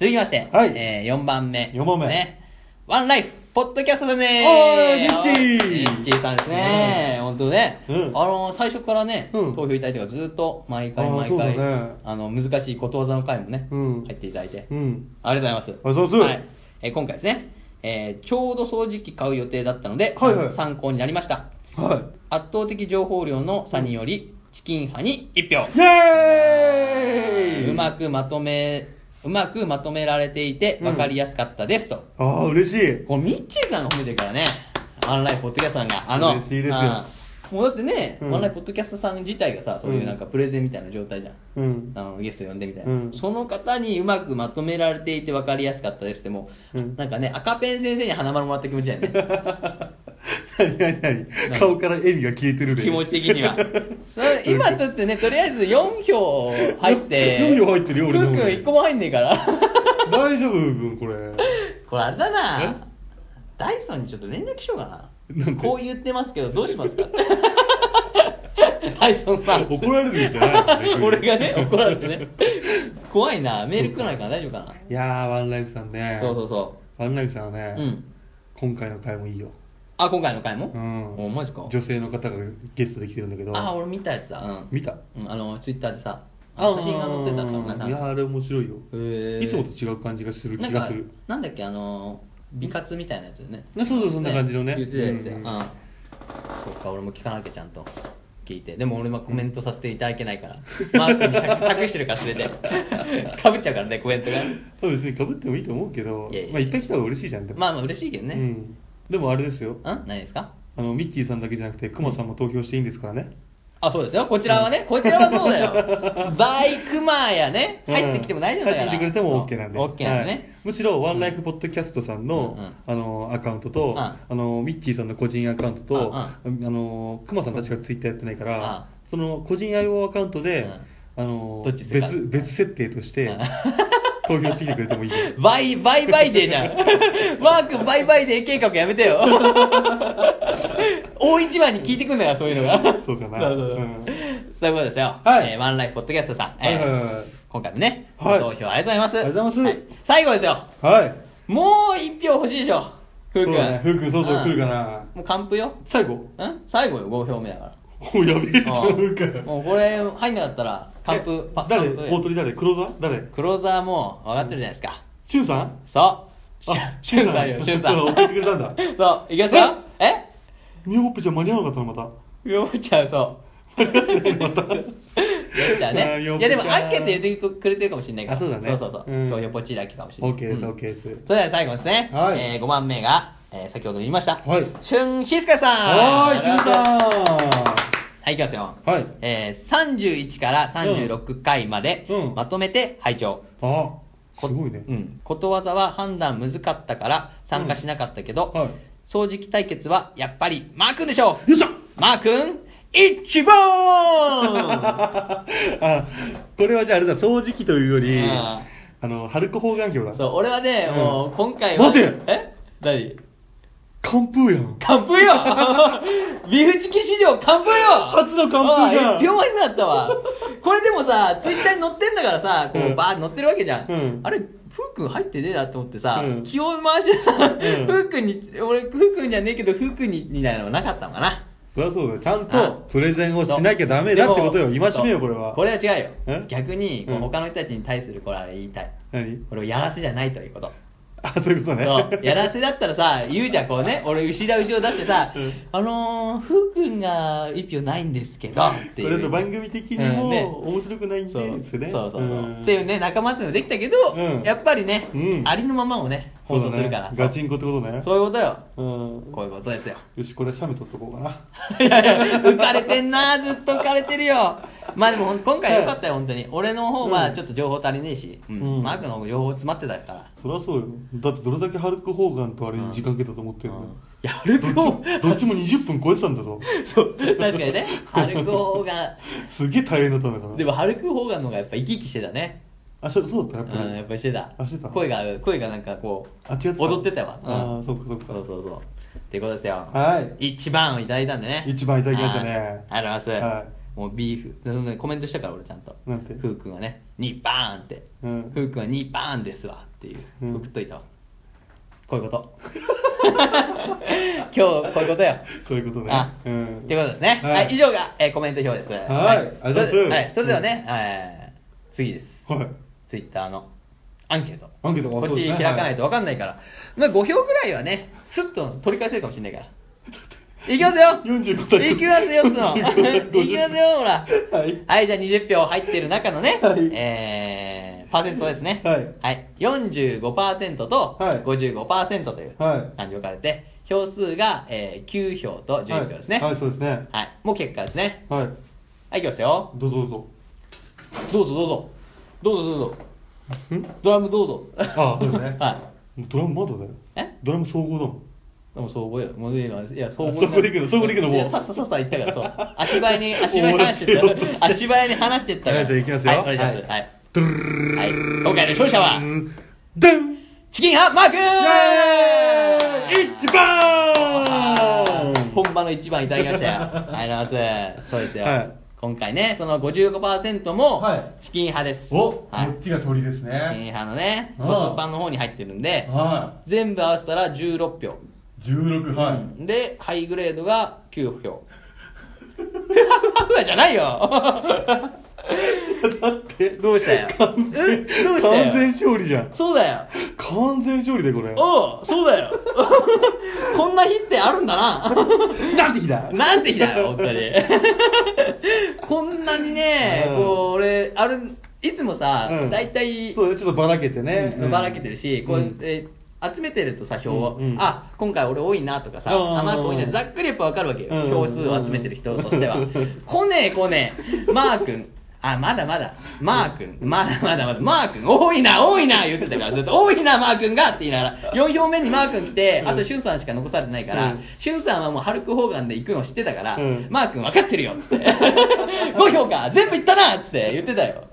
C: 続きまして、
B: はい
C: えー、4番目
B: 四番目
C: ね、ワンライフポッドキャストだね
B: おーリッチー
C: リッチーさんですね、本当ね、
B: うん
C: あのー最初からね、
B: うん
C: 投票いただいてからずっと毎回
B: あー
C: 毎
B: そうだ
C: 回
B: ね
C: あの難しいことわざの回もね、
B: うん
C: 入っていただいて、
B: うん
C: ありがとうございます。
B: ありがとうございます
C: はいえー今回ですね、えーちょうど掃除機買う予定だったので、
B: はいはい
C: 参考になりました。
B: は
C: 圧倒的情報量の差により、チキン派に1票
B: い。イエー イ
C: うまくまとめ、うまくまとめられていて、
B: うん
C: わかりやすかったですと。
B: ああ嬉しい
C: これ、ミッチーさんが褒めてるからね、ワンライフポッドキャストさんが。あの、
B: 嬉しいですよ
C: あーもうだってね、
B: うん
C: ワンライフポッドキャストさん自体がさ、そういうなんかプレゼンみたいな状態じゃん。
B: うん
C: あのゲスト呼んでみたいな、
B: うん
C: その方にうまくまとめられていて分かりやすかったですってもう、
B: うん
C: なんかね赤ペン先生に花丸もらった気持ちだよ ね
B: 何何
C: 何
B: 何顔から笑みが消えてるで
C: 気持ち的 にはそれ今だってねとりあえず4票入 って
B: 4票入ってるよ俺
C: ふ
B: の
C: う
B: 方
C: くん1個も入んねえから
B: 大丈夫うんこれ
C: これあれだなダイソンにちょっと連絡しようかな
B: なんで
C: こう言ってますけどどうし ますかダイソンさん
B: 怒られるんじゃないの ね
C: 俺がね怒られてね怖いなメール来ないから大丈夫か
B: いやーワンライフさんね
C: なそうそうそ
B: ワンライフさんはね、
C: ううん
B: 今回の回もいいよ、
C: あ、今回の回も
B: うん
C: おマジか。
B: 女性の方がゲストで来てるんだけど
C: あ、俺見たやつだ。うん。
B: 見た
C: うん、あの、ツイッターでさ、あの写真が載ってたからな。なんか
B: いやーあれ面白いよ、
C: へー
B: いつもと違う感じがする気がする
C: なんかなんだっけ、あの、美活みたいなやつよね。
B: ねそうそうそんな感じのね
C: 言ってたやつや。う
B: うん
C: ん。そっか、俺も聞かなきゃちゃんと。聞いてでも俺はコメントさせていただけないから、マークに託してるからそれでかぶっちゃうからねコメント が
B: まあ別にかぶってもいいと思うけど
C: いやいや
B: まあ、行った人は嬉しいじゃんでも
C: まあまあ嬉しいけどね、
B: う
C: うん、
B: ん、でもあれですよ
C: 何ですか
B: あのミッキーさんだけじゃなくてクマさんも投票していいんですからね
C: あ、そうですよ。こちらはね、こちらはそうだ よ。バイクマーやね、
B: うん
C: 入ってきても大丈夫だから。
B: 入ってきてくれても OK なんで、
C: オッケーなんで
B: はい
C: ね。
B: むしろワンライフポッドキャストさんの,、
C: うんうん
B: あのアカウント
C: う
B: と、
C: ん
B: あのミッキーさんの個人アカウントと、
C: うんうん
B: あのクマさんたちがツイッターやってないから、
C: うん
B: その個人 IO アカウントで、あの
C: どっちですか
B: 別別設定として、
C: うん
B: 投票してきてくれ てもいいよ
C: バイ、バイバイデーじゃ ん。マー君、バイバイデー計画やめてよ。大一番に聞いてくんだから、そういうのが。
B: そうかな
C: そうそうそう
B: うん
C: そういうことですよ。
B: はい
C: えーワンライフポッドキャストさん。
B: はいはいはい
C: えー今回もね、ご
B: はい
C: 投票ありがとうございます。
B: ありがとうございます
C: は最後ですよ。
B: はい
C: もう一票欲しいでしょ。ふう
B: そう
C: くん。
B: だねふうくんそろそろ来るか
C: うん
B: な
C: もう完封よ。
B: 最後
C: ん最後よ、5票目だから。
B: おやべえじゃん
C: うん
B: ふうくん
C: もうこれ入んなかったら完封
B: え
C: パ
B: 誰
C: 完封や
B: 大鳥誰黒沢誰
C: クローザーも分かってるじゃないですか、
B: しゅんさん
C: そう
B: あ
C: しゅんさんよし
B: し
C: ゅ
B: ゅ
C: ん
B: ん
C: さ
B: さ
C: ん
B: ん送ってくれたんだ
C: そういきますよえ
B: ミオポップじゃ間に合わなかったのまた
C: みおちゃんそう
B: また
C: やった
B: あー
C: ね
B: みお
C: い
B: ぽちゃん
C: やでもアンケート入れてくれてるかもしれないから
B: あそうだね
C: そうそうそう、
B: うん
C: 投票ポチだけかもしれない
B: OK です OK です
C: それでは最後ですね、
B: はい
C: えー、5番目が、えー、先ほど言いました、
B: はい
C: しゅんしずかさん
B: はーいしゅんさ
C: はいいきますよ
B: んはい
C: えー、31から36回まで、
B: うん
C: まとめて拝聴
B: あすごいね
C: うん、ことわざは判断難かったから参加しなかったけど、
B: うんはい
C: 掃除機対決はやっぱりマー君でしょ
B: よっしゃ
C: うマー君一番
B: あこれはじゃああれだ掃除機というより
C: あ
B: あのハルク方眼鏡
C: そう
B: だ
C: 俺はね、
B: うん
C: もう今回は
B: 待て
C: え何
B: 完封やん
C: 完封よ ビーフチキン史上完封よ
B: 初の完封じゃ
C: あ
B: ん
C: 一票入んなかったわこれでもさツイッターに載ってんだからさこ
B: う
C: うんバーって載ってるわけじゃん、
B: うん
C: あれふうくん入ってねえなと思ってさ、
B: うん
C: 気を回してさ、
B: ん
C: ふうくんに俺ふうくんじゃねえけどふうくんにみたいなのなかったのかな
B: そりゃそうだよちゃん
C: あ
B: とプレゼンをしなきゃダメだってことよ
C: でも
B: 戒めよこれは
C: これは違うよ
B: え
C: 逆にこう
B: うん
C: 他の人たちに対するこれは言いたい
B: 何
C: これをやらせじゃないということ
B: あ、そういうことね。
C: そうやらせだったらさ言うじゃんこうね俺牛だ牛を出してさ「
B: うん
C: あのー、ふうくんが一票ないんですけど」ってい
B: そう れだと番組的に
C: う
B: も
C: んね
B: 面白くないんで
C: そう
B: すね。
C: そうそうそう、
B: ん
C: っていうね仲間っていうのできたけど、
B: うん
C: やっぱりね、
B: うん
C: ありのままをね
B: そ
C: 放
B: うだ
C: 送するから、
B: ね。ガチンコってことね。
C: そういうことよ
B: うん。
C: こういうことですよ
B: よし、これ、シャメ取っとこうかな。
C: いやいや浮かれてんなずっと浮かれてるよまあでもほん今回良かったよ本当に俺の方はちょっと情報足りねえし、
B: う
C: うんんマークの方が情報詰まってたから
B: そりゃそうよ。だって、どれだけハルク・ホーガンとあれに時間かけたと思ってるの、
C: いや歩
B: どっ
C: く
B: ち
C: 方
B: どっちも20分超えてたんだぞ。
C: そう確かにね 歩く方が
B: すげえ大変だったんだから。
C: でも歩く方がの方がやっぱ生き生きしてたね
B: あ、そそうだ
C: う
B: った、やっぱ
C: ん
B: り。
C: やっぱりしてた
B: あしてた
C: 声が声がなんかこう
B: あ違ってた
C: 踊ってたわうん
B: あーそうかそうか
C: そうそうそうっていうことですよ
B: はい
C: 一番をいただいたんでね
B: 一番いただきましたね
C: はいありがとうございます、
B: は
C: もうビーフそのコメントしたから俺ちゃんと
B: なんて
C: ふうくんはね2バーンって、
B: うん
C: ふうくんは2バーンですわっていう、
B: うん
C: 送っといたわこういうこと 今日こういうことよ
B: そういうことね
C: あ
B: うん
C: っていうことですね、
B: は
C: はいい以上が、えーコメント表です
B: はいあ
C: そ
B: りがとう
C: れ
B: ございます
C: はいそれではね、えー次です
B: はい。
C: ツイッターのアンケート。
B: アンケートあ
C: こっ
B: そうで
C: ち
B: すね
C: 開かないと分かんないから。まあ5票ぐらいはね、スッと取り返せるかもしれないから。いきますよ
B: 45対
C: いきますよ、つの。い
B: 45対50
C: きますよ、ほら。
B: はい
C: じゃあ20票入ってる中のね、
B: はい
C: えー、パーセントですね。
B: はい
C: 45%と
B: はい
C: 55%という
B: はい
C: 感じ分かれて、票数が、えー9票と11票ですね。
B: はい、はいそうですね。
C: はいもう結果ですね。
B: はい。
C: はい、いきますよ。
B: どうぞどうぞ。
C: どうぞどうぞ。どうぞどうぞ。ドラムどうぞ。。
B: ああ、そうですね
C: はい。
B: ドラムまだだよ。
C: え
B: ドラム総合だもん。
C: でも総合よ。もういいわいや、総合。
B: そこで行くのそこで行くのもう
C: いやさっさっさっさ言ったから、そう。足早に、足早に
B: 終わら
C: 話し
B: せ
C: て
B: よう
C: っ
B: として
C: た。足早に話してったから。
B: はいじゃあ行きますよ
C: はい、お願いします。
B: は
C: はいい。
B: ドゥルルルルルル
C: はい今回の勝者は
B: でん
C: チキンハンマーク
B: イエーイ一番
C: あー本場の一番いただきましたよ。ありがとうございます。そうですよ。
B: はい
C: 今回ね、その55%も
B: はい
C: チキン派です。
B: お、
C: はい
B: こっちが鳥です
C: チキン
B: ね。
C: 派のね、
B: うん
C: コスパンの方に入ってるんで、
B: は
C: 全部合わせたら16票。
B: い。16、はい。
C: で、ハイグレードが9票。ふわふわじゃないよ
B: だって、
C: どうしたよ
B: 完全
C: えどうしたよ
B: 完全勝利じゃん。
C: そうだよ
B: 完全勝利でこれ。
C: おうそうだよ こんな日ってあるんだな
B: なんて日だ
C: なんて日だよ本当に こんなにね、
B: うん
C: こう俺あるいつもさ
B: うん
C: 大体、
B: そうねちょっとばらけてね。
C: うんばらけてるし、こう
B: うん
C: えー集めてるとさ票を、
B: うんうん
C: あ今回俺多いなとかさ、
B: うんうんうん
C: あマーク多いなざっくりやっぱ分かるわけよ、
B: うんうん
C: 票数を集めてる人と しては、
B: うん
C: 来ねえ来ねえマー君あまだまだマー君まだまだまだマー君多いな多いな言ってたからずっと多いなマー君がって言いながら4票目にマー君来てあとしゅんさんしか残されてないから、
B: うん
C: しゅんさんはもうハルク・ホーガンで行くの知ってたから、
B: うん
C: マー君分かってるよっつ って5票か全部いったなっつって言ってたよ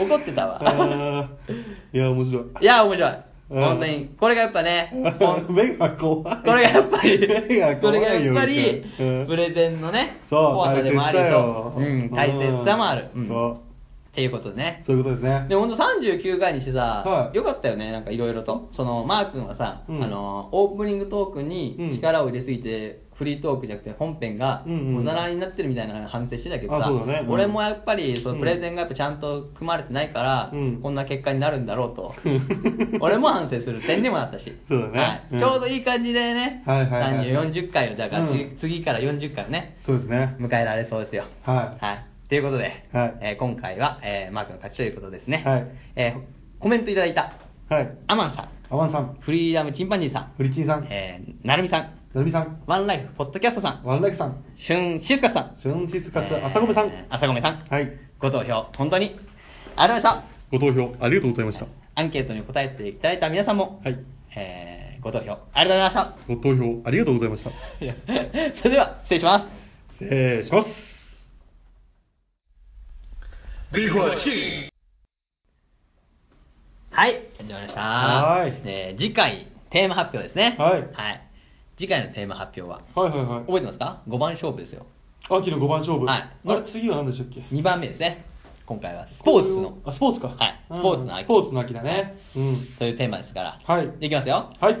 C: 怒ってたわ
B: あーいや、面白い。
C: いや、面白い。
B: うん
C: 本当に。これがやっぱね、ほん
B: 目が怖い。
C: これがやっぱ り、
B: 目が
C: こ
B: 怖い
C: れが
B: よ。
C: やっぱり、
B: うん
C: プレゼンのね、
B: そう、
C: 怖さでもあり
B: 大切だ
C: と
B: よ、
C: うん、大切さもある。う
B: うん
C: ん
B: そ
C: っていうことで
B: う
C: ね。。
B: そういうことですね。
C: でもほんと39回にして
B: は
C: さ、
B: い
C: よかったよね、なんかいろいろと。その、マー君はさ、あ
B: うん
C: の、オープニングトーク
B: うん
C: に力を入れすぎて、フリートークじゃなくて本編が
B: うんうん
C: おざらいになってるみたいな反省してたけど
B: あ
C: さ
B: そうだねうん
C: 俺もやっぱりそうの
B: ん
C: プレゼンがやっぱちゃんと組まれてないから
B: うん
C: こんな結果になるんだろう と俺も反省する点にもなったし
B: そうだね
C: はい
B: うん
C: ちょうどいい感じでね
B: はいはいはい
C: 30 40回をだから
B: う
C: 次
B: ん
C: 次から40回をね
B: そうですね。
C: 迎えられそうですよ
B: はい。
C: はい。ということで、
B: はい
C: えー今回は、えーマークの勝ちということですね。
B: はい
C: えーコメントいただいた、
B: はい。
C: アマンさ
B: アマンさん
C: ん、、フリーダムチンパンジーさん、
B: フリチンさん、
C: えーなるみさん、
B: ナルミさん、
C: ワンライフポッドキャストさん、
B: ワンライクさん、
C: シュンシスカさん、
B: シュンシスカス、
C: えー
B: 朝込さん。
C: 朝込さん、
B: はい。
C: ご投票、本当にありがとうございまし
B: ご投票ありがとうございました。
C: た。アンケートに答えていただいた皆さんも、
B: はい。
C: えーご投票、ありがとうございまし
B: ご投票ありがとうございました。
C: たいや。それでは、失礼します。
B: 失礼します。
C: はい、始まりました。
B: はーい
C: えー次回、テーマ発表ですね。
B: はい
C: 次回のテーマ発表は、
B: はいはいはい。
C: 覚えてますか ?5 番勝負ですよ。
B: 秋の五番勝負。
C: はい
B: あれ次は何でしたっけ
C: 2番目ですね。今回はスポーツの、
B: あ、スポーツか。
C: はい
B: うん
C: スポーツの秋
B: スポーツの秋だね。うん。
C: というテーマですから。
B: はい
C: いきますよ。
B: はい。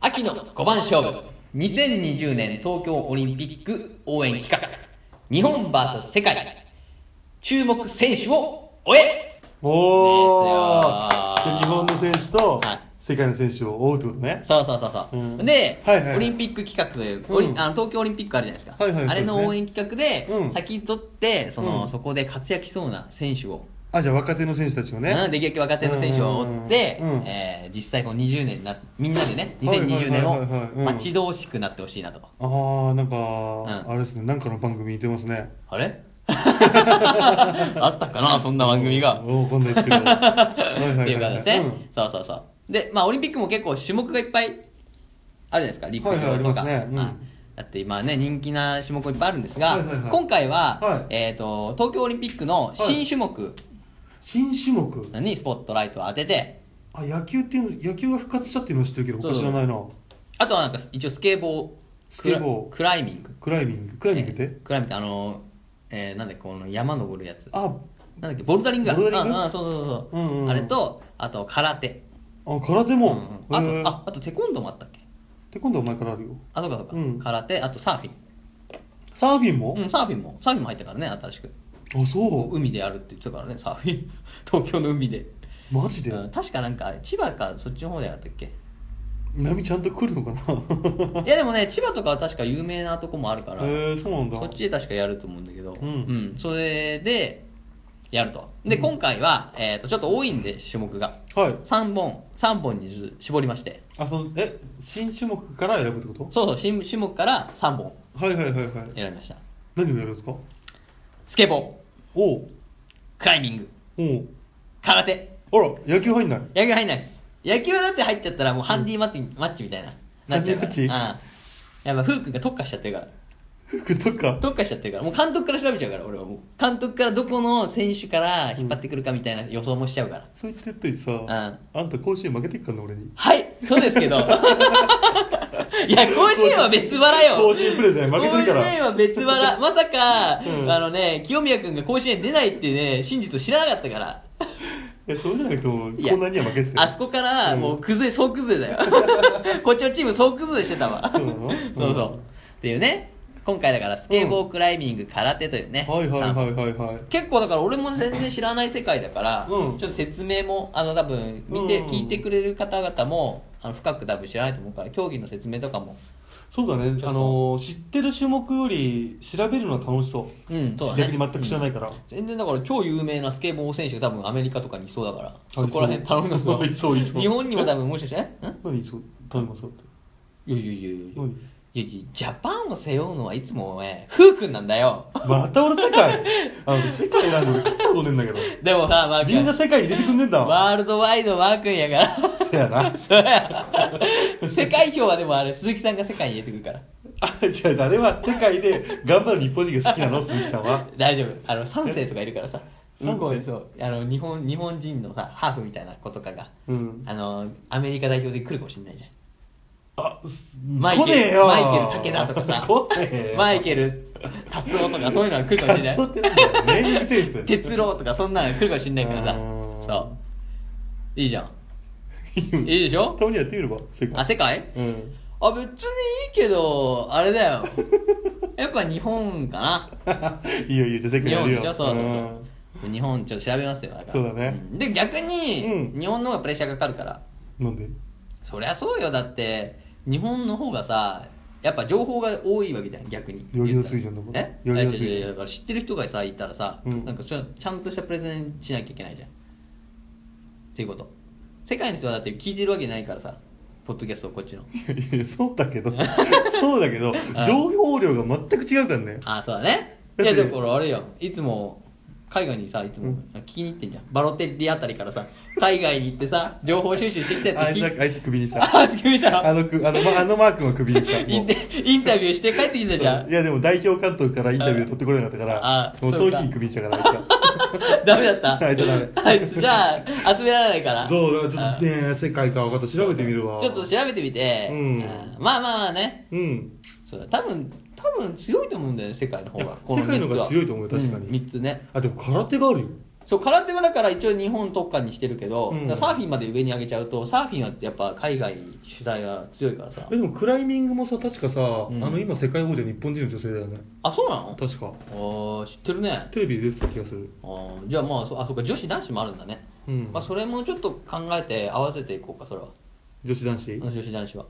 C: 秋の5番勝負。2020年東京オリンピック応援企画。日本 VS 世界。注目選手を追えです
B: お
C: よ
B: ー。で日本の選手と
C: はい
B: 世界の選手を追うってことね。
C: そうそうそうそう、
B: うん
C: で、
B: はいはい
C: オリンピック企画という、オリ
B: うん
C: あの東京オリンピックあるじゃないですか、
B: はいはい
C: あれ
B: そうです
C: の
B: ね
C: 応援企画で、
B: うん
C: 先取ってその、
B: うん
C: そこで活躍しそうな選手を、
B: あ、じゃあ若手の選手たちをね。
C: うんできるだけ若手の選手を追って、
B: うんうん
C: えー実際この20年なみんなでね
B: はいはいはいは
C: 2020
B: い
C: 年を
B: うん
C: 待ち遠しくなってほしいなと、
B: あー、なんか、
C: ん
B: あれですね、なんかの番組出ますね。
C: あ れあったかなそんな番組が、
B: うんわかんないですけど。はいはい
C: っ
B: は
C: てい
B: いうは
C: 感
B: い。
C: じですね、そうそうそうでまあオリンピックも結構種目がいっぱいあるじゃないですか陸上
B: はいはいあり
C: と
B: ま
C: か、
B: すねうん
C: あだって今ね人気な種目もいっぱいあるんですが、
B: はいはいはい
C: 今回は、
B: はい
C: えー、と東京オリンピックの新種目
B: うん新種目
C: にスポットライトを当てて
B: あ、野球っていうの、野球が復活したっていうのは知ってるけど、
C: そう
B: 他
C: そう
B: 知らないな。
C: あとはなんか一応スケボー
B: スケボー
C: クラクライミング
B: クライミング。クライミングって、
C: えークライミングってあのえーなんでこの山登るやつ
B: あ、
C: なんだっけボルダリングだ
B: ボルダリング
C: ああそうそうそう、
B: うんうんうん
C: あれとあと空手
B: あ、空手も。
C: うんうん
B: へー
C: あとああとテコンドーもあったっけ
B: で、今度はお前からあるよ。
C: あそうかそうか、
B: うん
C: 空手あとサーフィン
B: サーフィンも、
C: うん、サーフィンも、サーフィンも入ったからね、新しく。
B: あ、そう。
C: 海でやるって言ってたからね、サーフィン。 東京の海で。
B: マジで、
C: うん、確かなんか、千葉か、そっちの方でやったっけ
B: 波ちゃんと来るのかな
C: いやでもね、千葉とかは確か有名なとこもあるから、
B: へえそうなんだ。
C: そっちで確かやると思うんだけど、
B: うん
C: うんそれで、やると。で、
B: うん
C: 今回は、えっ、と、ちょっと多いんで、種目が。
B: はい。
C: 3本、三本に絞りまして。
B: あ、その、え、新種目から選ぶってこと
C: そうそう、新種目から3本
B: はいはいはいはい。
C: 選びました。
B: 何をやるんですか
C: スケボー、
B: おう。
C: クライミング、
B: おう。
C: 空手、
B: あら、野球入んない。
C: 野球入んない野球はだって入っちゃったらもうハンディマッチ,、マッチみたいななっちゃうから
B: ハンディマッ
C: うん、やっぱフー君が特化しちゃってるか。
B: 服とから
C: 特化しちゃってるからもう監督から調べちゃうから俺はもう監督からどこの選手から引っ張ってくるかみたいな予想もしちゃうから、
B: そう言ってってさ、
C: ん
B: あんた甲子園負けてっからな、俺に。
C: はいそうですけ どいや甲子園は別腹よ
B: 甲子園プレゼン負けてるから
C: 甲子園は別腹まさか、
B: うん
C: あのね清宮君が甲子園出ないってね真実を知らなかったから
B: え、そうじゃなくても、
C: いや
B: こんなには負けてたよ
C: あそこからもう崩れ、総崩れだよ こっちのチーム総崩れしてたわ
B: そうなの
C: そうそう
B: うん
C: っていうね今回だからスケボー、クライミング空手というね
B: はいはいはいはいはい。
C: 結構だから俺も全然知らない世界だから、
B: うん
C: ちょっと説明もあの多分見て、
B: うん
C: 聞いてくれる方々もあの深く多分知らないと思うから競技の説明とかも
B: そうだね、あのー知ってる種目より調べるのは楽しそう。
C: うんそうだね
B: 逆に全く知らないから。
C: うん全然だから超有名なスケボー選手が多分アメリカとかにいそうだから
B: そう
C: そこら辺頼みますわ
B: いそうい そう
C: 日本にも多分もしかしてねん
B: 何そう、頼みますよって。
C: いやいやいやいやいや
B: 何
C: いやいやジャパンを背負うのはいつもお前、フー君なんだよ。
B: また俺世界 あの、世界選んで俺聞いたことねえんだけど。
C: でもさ、マー君。
B: みんな世界に出てくんねえんだ
C: ワールドワイドマー君や から。
B: せやな。
C: そうや世界票はでもあれ、鈴木さんが世界に入れてくるから。
B: あ、違う違う、あれは世界で頑張る日本人が好きなの、鈴木さんは。
C: 大丈夫。あの、3世とかいるからさ。
B: 三世
C: 向こうでそう。あの、日本、日本人のさ、ハーフみたいな子とかが、
B: うん。
C: あの、アメリカ代表で来るかもしれないじゃん。
B: あ、
C: マイ
B: 来
C: ケ
B: ねえ
C: ル、
B: よ。
C: マイケル武田とかさ
B: 来ねえ、よ。
C: マイケル達夫とかそういうのが来るかもしれない。
B: 達夫ってなんだよネーミングセンス
C: 哲郎とかそんなのが来るかもしれないからさ
B: うーん。
C: そう。いいじゃん。いいでしょ
B: たまにやってみれば、世界。
C: あ、世界
B: うん。
C: あ、別にいいけど、あれだよ。やっぱ日本かな。
B: いいよいいよ、じゃあ世
C: 日
B: 界や
C: 本
B: る
C: で
B: よ
C: しょ。そうそうそう
B: うん
C: 日本ちょっと調べますよ。から
B: そうだね
C: んで、逆に
B: う、ん
C: 日本の方がプレッシャーかかるから。
B: なんで
C: そりゃそうよ。だって、日本の方がさ、やっぱ情報が多いわけじゃん、逆に。
B: よりの水準だから
C: え
B: よりの水準
C: いやいやいやだから知ってる人がさ、いたらさ、
B: うん
C: なんかちゃんちゃんとしたプレゼンしなきゃいけないじゃん。っていうこと。世界の人はだって聞いてるわけないからさ、ポッドキャストをこっちの。
B: いやいや、そうだ けど、そうだけど、情報量が全く違うからね。
C: あそうだねい
B: だって
C: やだからあれよいつも海外にさいつ
B: う
C: も
B: ん
C: 聞きに行ってんじゃん、バロテッリあたりからさ海外に行ってさ情報収集してきたやつ
B: あいつ
C: 聞い
B: あいつクビにした
C: あいつクビにしたの
B: あのくあのまあのマー君をクビに した
C: イ
B: も
C: ン
B: う
C: タインタビューして帰ってきたじゃん
B: いやでも代表監督からインタビュー取ってこれなかったか
C: あ
B: ら
C: あ、
B: その
C: そう
B: 商
C: か
B: 品クビにしたから、あいつ は
C: ダメだった
B: あいつダメ
C: あいつじゃあ集められないから
B: そう、だから
C: あ
B: ちょっとね、世界か分かった、調べてみるわ。
C: ちょっと調べてみて、
B: うん
C: あまあまあまあね
B: うん。
C: そうだ多分多分強いと思うんだよね世界の方
B: い
C: が
B: や世界の方が強いと思うよ確かに
C: 3つね
B: あ、でも空手があるよ。
C: そう空手はだから一応日本特化にしてるけど、
B: うん
C: だからサーフィンまで上に上げちゃうとサーフィンはやっぱ海外主題が強いからさ
B: えでもクライミングもさ、確かさ、
C: ん
B: あの今世界王者日本人の女性だよね。
C: あそうなの
B: 確か。
C: ああ知ってるね
B: テレビで出てた気がする。
C: あーじゃあまあそあそうか女子男子もあるんだね、
B: うん
C: まあ、それもちょっと考えて合わせていこうかそれは
B: 女子男子、
C: あの女子男子は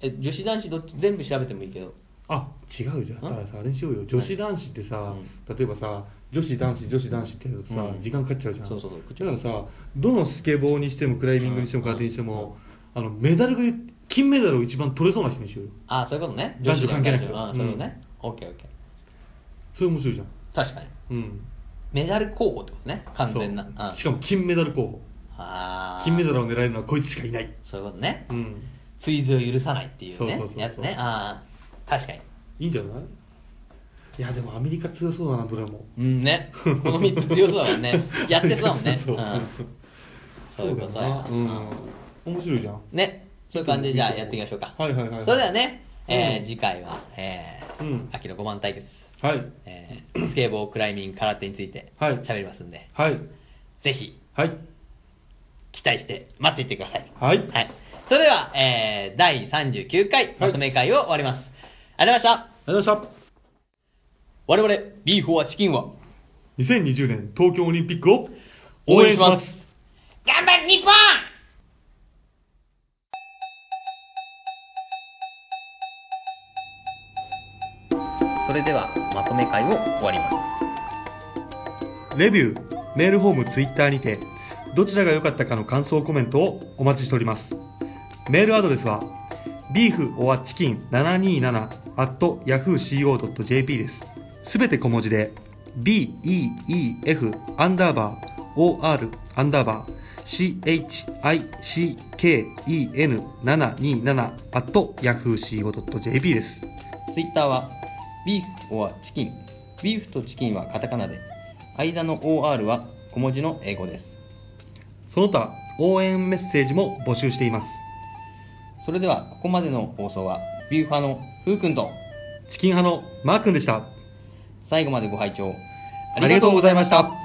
C: え女子男子どっち全部調べてもいいけど
B: あ違うじゃん
C: ん
B: だからさあれにしようよ女子男子ってさ、
C: うん
B: 例えばさ女子男子女子男子ってやるとさ、
C: うん
B: 時間かかっちゃうじゃん
C: そうそうそう
B: だからさどのスケボーにしてもクライミングにしても
C: うん
B: 空手にしても、あのメダルが金メダルを一番取れそうな人にしようよ
C: あそういうことね
B: 男女関係なく
C: 女子だよあそういうことね、オッケーオッケー
B: それ面白いじゃん
C: 確かに
B: うん
C: メダル候補ってことね完全な
B: そう
C: あ
B: しかも金メダル候補
C: あー
B: 金メダルを狙えるのはこいつしかいない
C: そういうことね
B: うん
C: ツイズを許さないっていう
B: そうそ
C: ね
B: うそうそう
C: やつねああ確かに
B: いいんじゃないいやでもアメリカ強そうだなどれも
C: うんねこの3つ強そうだもん ねやってそうだもんね
B: そう
C: うんそういうこと
B: だ
C: ね
B: よなうん面白いじゃん
C: ねそういう感じでじゃあやっていきましょうか
B: はいはいはい
C: それではね、えー
B: うん
C: 次回は、えー
B: うん
C: 秋の5番対決、
B: はい
C: えースケボークライミング空手について
B: はい
C: 喋りますんで、
B: はい
C: ぜひ
B: はい
C: 期待して待っていてください
B: はい
C: それでは、えー第39回まとめ会を終わります、ありがとうございました
B: ありがとうございました
C: 我々ビーフォアチキンは
B: 2020年東京オリンピックを応援します
C: 頑張る日本
A: それではまとめ会を終わります
B: レビューメールフォームツイッターにてどちらが良かったかの感想コメントをお待ちしておりますメールアドレスは beeforchicken727-yahooco.jp ですすべて小文字で beef アンダーバー or アンダーバー chicken727-yahooco.jp です
A: ツイッターはビーフ or チキンビーフとチキンはカタカナで間の OR は小文字の英語です
B: その他応援メッセージも募集しています
A: それではここまでの放送はビューファのふうくんと
B: チキン派のマー君でした
A: 最後までご拝聴
B: ありがとうございました